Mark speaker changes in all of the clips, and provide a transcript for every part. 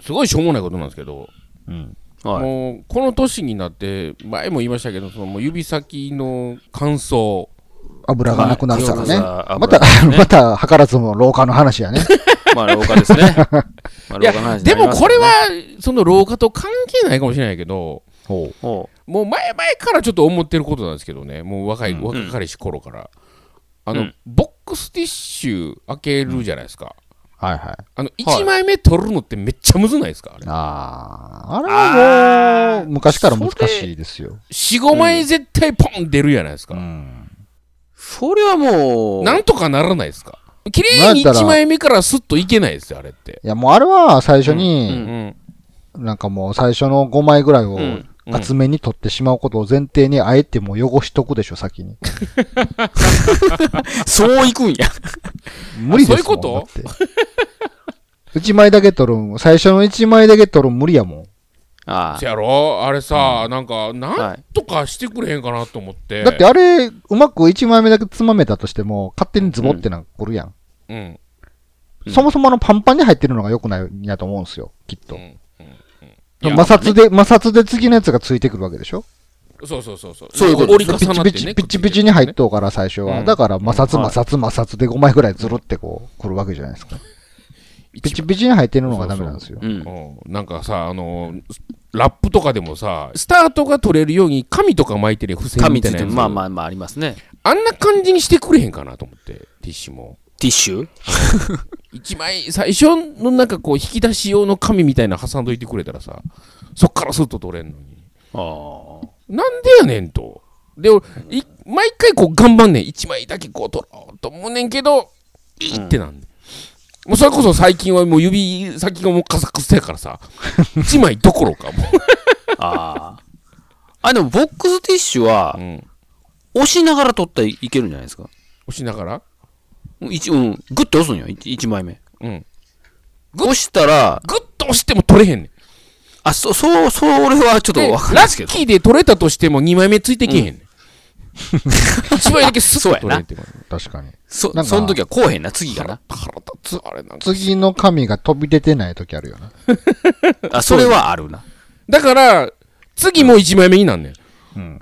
Speaker 1: すごいしょうもないことなんですけど、
Speaker 2: うん。
Speaker 3: はい。
Speaker 1: もうこの年になって前も言いましたけどそのもう指先の乾燥
Speaker 4: 油がなくなるからね。
Speaker 3: はい
Speaker 4: また、
Speaker 3: 油
Speaker 4: また、図らずも廊下の話やね。
Speaker 3: まあ、廊下 ですね。まあ、
Speaker 1: いや
Speaker 3: 廊下の話にな
Speaker 1: で
Speaker 3: ります
Speaker 1: もこれはその老化と関係ないかもしれないけど
Speaker 2: ほう。
Speaker 3: ほ
Speaker 1: もう前々からちょっと思ってることなんですけどねもう若い、
Speaker 2: うん
Speaker 1: 若かりし頃からあの、
Speaker 3: うん
Speaker 1: ボックスティッシュ開けるじゃないですか、
Speaker 2: はいはい。
Speaker 1: あの1枚目取るのってめっちゃむずないですかあれ
Speaker 2: あ
Speaker 4: あれはもう、昔から難しいですよ。
Speaker 1: 45枚絶対ポン出るじゃないです
Speaker 2: ー。
Speaker 1: か、
Speaker 2: うん。
Speaker 3: う。それはもう、
Speaker 1: なんとかならないですか綺麗に
Speaker 4: なんやったら
Speaker 1: 1枚目からスッといけないですよあれって
Speaker 4: いや、もうあれは最初
Speaker 1: う
Speaker 4: に、
Speaker 1: ん
Speaker 4: なんかもう最初の5枚ぐらい
Speaker 1: う
Speaker 4: を
Speaker 1: んうん
Speaker 4: 厚めに取ってしまうことを前提に、あえてもう汚しとくでしょ、先に。
Speaker 3: そういくんや。
Speaker 4: 無理ですもん。
Speaker 1: そういうこ
Speaker 4: だ って。1枚だけ取るん、最初の1枚だけ取るん無理やもん。
Speaker 3: あ
Speaker 1: せやろあれさ、なんか
Speaker 3: あ。
Speaker 1: なん
Speaker 3: はい。
Speaker 1: とかしてくれへんかなと思って
Speaker 4: だってあれ、うまく1枚目だけつまめたとしても、勝手にズボってなんか来るやん。
Speaker 1: うん
Speaker 3: うん
Speaker 4: そもそもあのパンパンに入ってるのが良くないんやと思うんですよ、きっ
Speaker 1: う
Speaker 4: と。
Speaker 1: んいや
Speaker 4: 摩擦で、摩擦で次のやつがついてくるわけでしょ
Speaker 1: そうそうそうそう
Speaker 3: そういうこと
Speaker 1: 折り重なってね
Speaker 4: ピチピチ、ピチピチに入っとうから最初
Speaker 1: う
Speaker 4: は。
Speaker 1: ん
Speaker 4: だから摩擦
Speaker 3: は
Speaker 4: 摩
Speaker 3: い
Speaker 4: 擦摩擦で5枚ぐらいずるってこう、来るわけじゃないですか。ピチピチに入ってるのがダメなんですよ。
Speaker 3: うん。
Speaker 1: うんなんかさあのラップとかでもさスタートが取れるように紙とか巻いてる付箋
Speaker 3: 紙
Speaker 1: み
Speaker 3: つ
Speaker 1: たい
Speaker 3: い
Speaker 1: な
Speaker 3: て
Speaker 1: や
Speaker 3: る
Speaker 1: つ
Speaker 3: まあまあまあありますね。
Speaker 1: あんな感じにしてくれへんかなと思ってティッシュも
Speaker 3: ティッシュ
Speaker 1: 一枚最初のなんかこう引き出し用の紙みたいなの挟んどいてくれたらさそっからスッと取れんのに
Speaker 3: ああ。
Speaker 1: なんでやねんとで俺い毎回こう頑張んねん一枚だけこう取ろうと思うねんけどいいってなんねん、もうそれこそ最近はもう指先がもうカサカサやからさ一枚どころかも
Speaker 3: ああ。あ、でもボックスティッシュは
Speaker 1: う、う、ん、
Speaker 3: 押しながら取ったらいけるんじゃないですか。
Speaker 1: 押しながら
Speaker 3: 一、うん。グッと押すんよ、一一枚目。
Speaker 1: うん
Speaker 3: 押したら、
Speaker 1: グッと押しても取れへんねん
Speaker 3: あ、そ、そう、それはちょっ
Speaker 1: で
Speaker 3: と
Speaker 1: ラ
Speaker 3: わかんないです
Speaker 1: ッ
Speaker 3: けど。
Speaker 1: キーで取れたとしても2枚目ついてけへんねん、一枚だけスッと取れへんって感じ
Speaker 4: 確かに。
Speaker 3: そ
Speaker 4: なん、か
Speaker 3: その時はこうへんな、次かな。
Speaker 1: 腹立つあれなんか
Speaker 4: 次の紙が飛び出てない時あるよな。
Speaker 3: あ、それはあるな。
Speaker 1: だから次もう1枚目になんねん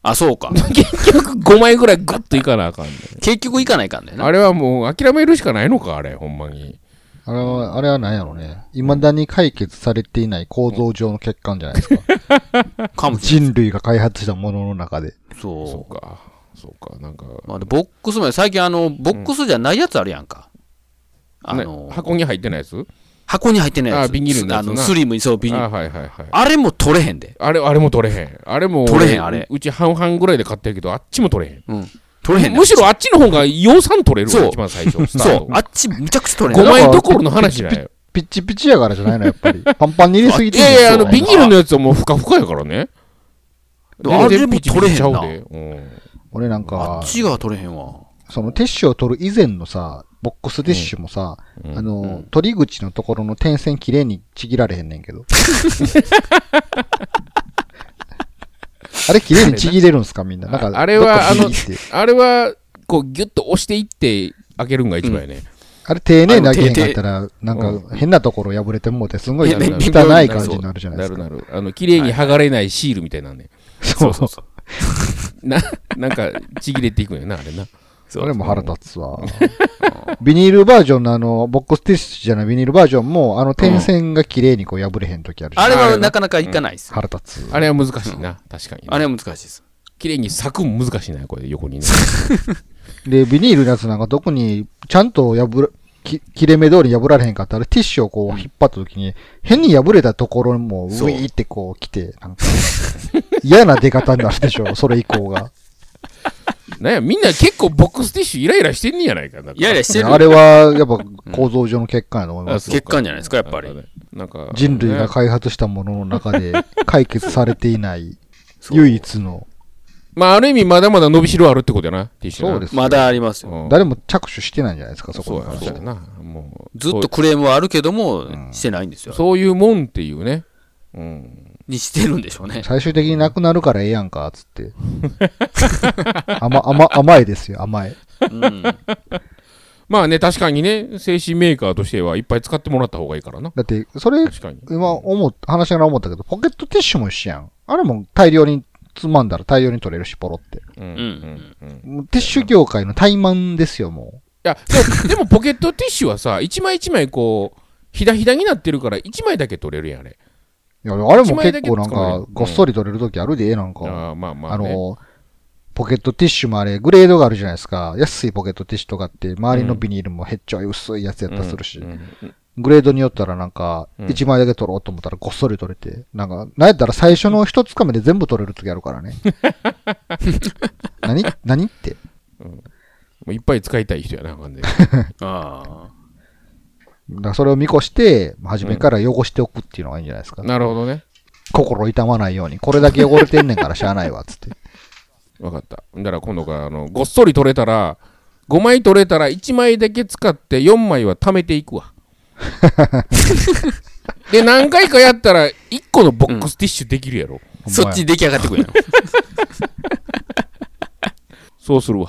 Speaker 3: あ、そう か。
Speaker 1: 結局5枚ぐらいグッといかなあかんねん
Speaker 3: 結局いかないかんだよな。
Speaker 1: あれはもう諦めるしかないのかあれほんまに
Speaker 4: あれは、あれは何やろね。未だに解決されていない構造上の欠陥じゃないですか。
Speaker 3: かもしれ
Speaker 4: 人類が開発したものの中で。
Speaker 3: ない。
Speaker 1: そ
Speaker 3: そう
Speaker 1: かそうかなんか
Speaker 3: う。まあ、でボックスまで、最近あの、ボックスじゃないやつあるやんか。あの、
Speaker 1: ね箱に入ってないやつ
Speaker 3: 箱に入ってないやつ。
Speaker 1: あビニールのやつな
Speaker 3: あの、スリムに、そう、ビニー
Speaker 1: あ
Speaker 3: ル。
Speaker 1: はいはいはい
Speaker 3: あれも取れへんで。
Speaker 1: あれあれも取れへんあれも
Speaker 3: 取れへんあれ
Speaker 1: うち半々ぐらいで買ってるけどあっちも取れへん
Speaker 3: うん。取れへんね
Speaker 1: むしろあっちの方が予算取れるわ
Speaker 3: そう
Speaker 1: 一番最初スタ
Speaker 3: そ
Speaker 1: ー
Speaker 3: う
Speaker 1: ト。
Speaker 3: あっち、むちゃくちゃ取れへ
Speaker 1: 5
Speaker 3: ん。
Speaker 1: 枚どころの話だよ
Speaker 4: ピッチピチやからじゃないの、やっ ぱり。パンパンに入れすぎ
Speaker 1: い
Speaker 4: てるん
Speaker 1: や
Speaker 4: で
Speaker 1: い
Speaker 4: すよ
Speaker 1: やあのビニールのやつはもうふかふかやからね
Speaker 3: でもあれ
Speaker 1: 全然
Speaker 3: も
Speaker 1: ピチピ
Speaker 3: 取れ
Speaker 1: チ
Speaker 3: へ
Speaker 1: ちゃ
Speaker 3: ん
Speaker 1: う
Speaker 3: な。
Speaker 1: でうん
Speaker 4: 俺なん
Speaker 3: あ
Speaker 4: か
Speaker 3: っ、ちが取れへんわ。
Speaker 4: そのティッシュを取る以前のさ、ボックスティッシュもさ、
Speaker 1: うん
Speaker 4: あの、
Speaker 3: うん
Speaker 4: 取り口のところの点線綺麗にちぎられへんねんけど。 あれ綺麗にちぎれるんすかみんな。なんか、
Speaker 1: ああれは
Speaker 4: どっかちぎって
Speaker 1: あれは、こう、ギュッと押していって、開けるんが一番やね。
Speaker 4: あれ丁寧に開けへんかったら、なんか変なところ破れてもうて、すごい
Speaker 1: いや
Speaker 4: 汚
Speaker 1: ね
Speaker 4: い感じになるじゃな
Speaker 1: な
Speaker 4: いです
Speaker 1: る
Speaker 4: か。
Speaker 1: なる。あの、綺麗に剥がれないシールみたいなんね。
Speaker 4: そうそうそう。
Speaker 1: なんか、ちぎれていくんやな、あれな。
Speaker 4: それも腹立つわ。 ビニールバージョンのあの、ボックスティッシュじゃないビニールバージョンも、あの点線が綺麗にこう破れへん時あるし。
Speaker 3: あれはなかなかいかないです。
Speaker 4: 腹立つ。
Speaker 1: あれは難しいな、確かにな。
Speaker 3: あれは難しいです。
Speaker 1: 綺麗に咲くん難しいな、これ、横にね。
Speaker 4: で、ビニールのやつなんか特に、ちゃんと破ら、き切れ目通り破られへんかったら、ティッシュをこう引っ張った時に、変に破れたところも、ウ
Speaker 3: そう
Speaker 4: ィーってこう来て、なんか、嫌な出方になるでしょ、それ以降が。
Speaker 1: なんや、みんな結構ボックスティッシュイライラしてんねやないかな。
Speaker 3: いやいやしてる
Speaker 4: あれは、やっぱ構造上の欠陥やと思います。
Speaker 1: そうか
Speaker 3: 欠陥じゃないですかやっぱり
Speaker 1: なんかねなんか、
Speaker 4: 人類が
Speaker 1: ね
Speaker 4: 開発したものの中で解決されていない、
Speaker 3: そう
Speaker 4: 唯一の、
Speaker 1: まあ、ある意味、まだまだ伸びしろあるってことやな、ティッシュな。
Speaker 4: そうですよ
Speaker 3: まだありますよ。
Speaker 1: うん。
Speaker 4: 誰も着手してないんじゃないですか、そ
Speaker 1: そ
Speaker 4: こ
Speaker 1: う
Speaker 4: に
Speaker 1: や
Speaker 4: 関し
Speaker 1: そ
Speaker 4: て
Speaker 1: うやな。もう、
Speaker 3: ずっとクレームはあるけども、してないんですよ。
Speaker 1: そういうもんっていうね。うん。
Speaker 3: にしてるんでしょう ね。
Speaker 4: 最終的になくなるからええやんか、つって。甘、甘、甘いですよ、甘い。
Speaker 3: うん。
Speaker 1: まあね、確かにね、精神メーカーとしてはいっぱい使ってもらった方がいいからな。
Speaker 4: だって、それ、
Speaker 1: 確かに。
Speaker 4: 今思っ、話しながら思ったけど、ポケットティッシュも一緒やん。あれも大量につまんだら大量に取れるし、ポロって。
Speaker 1: うん。うんん。うん。い
Speaker 4: もうティッシュ業界の怠慢ですよ、も
Speaker 1: や、でも でもポケットティッシュはさ、一枚一枚こう、ひだひだになってるから、一枚だけ取れるやん、あれ。
Speaker 4: う。いや、あれも結構なん
Speaker 1: 一枚だけ使う
Speaker 4: か
Speaker 1: よ、
Speaker 4: ごっそり取れる時あるで、なんか。
Speaker 1: ああ、まあまあ、
Speaker 4: あ
Speaker 1: ね。
Speaker 4: の、ポケットティッシュもあれ、グレードがあるじゃないですか。安いポケットティッシュとかって、周りのビニールもへっちょい薄いやつやったりするし、
Speaker 1: うん
Speaker 4: グレードによったらなんか、
Speaker 1: うん
Speaker 4: 1枚だけ取ろうと思ったらごっそり取れて、なんか、なんやったら最初の一つかめで全部取れる時あるか らね。何何って。
Speaker 1: もういっぱい使いたい人やな、感じで。
Speaker 3: あ
Speaker 4: だからそれを見越して、初めから汚しておくっていうのがいいんじゃないですか。
Speaker 1: なるほどね。
Speaker 4: 心痛まないように、これだけ汚れてんねんからしゃあないわ、つって。
Speaker 1: わかった。だから今度から、あの、ごっそり取れたら、5枚取れたら1枚だけ使って4枚は貯めていく わ。で、何回かやったら1個のボックスティッシュできるやろ。
Speaker 3: あ。そっち出来上がってくるやん。
Speaker 1: そうするわ。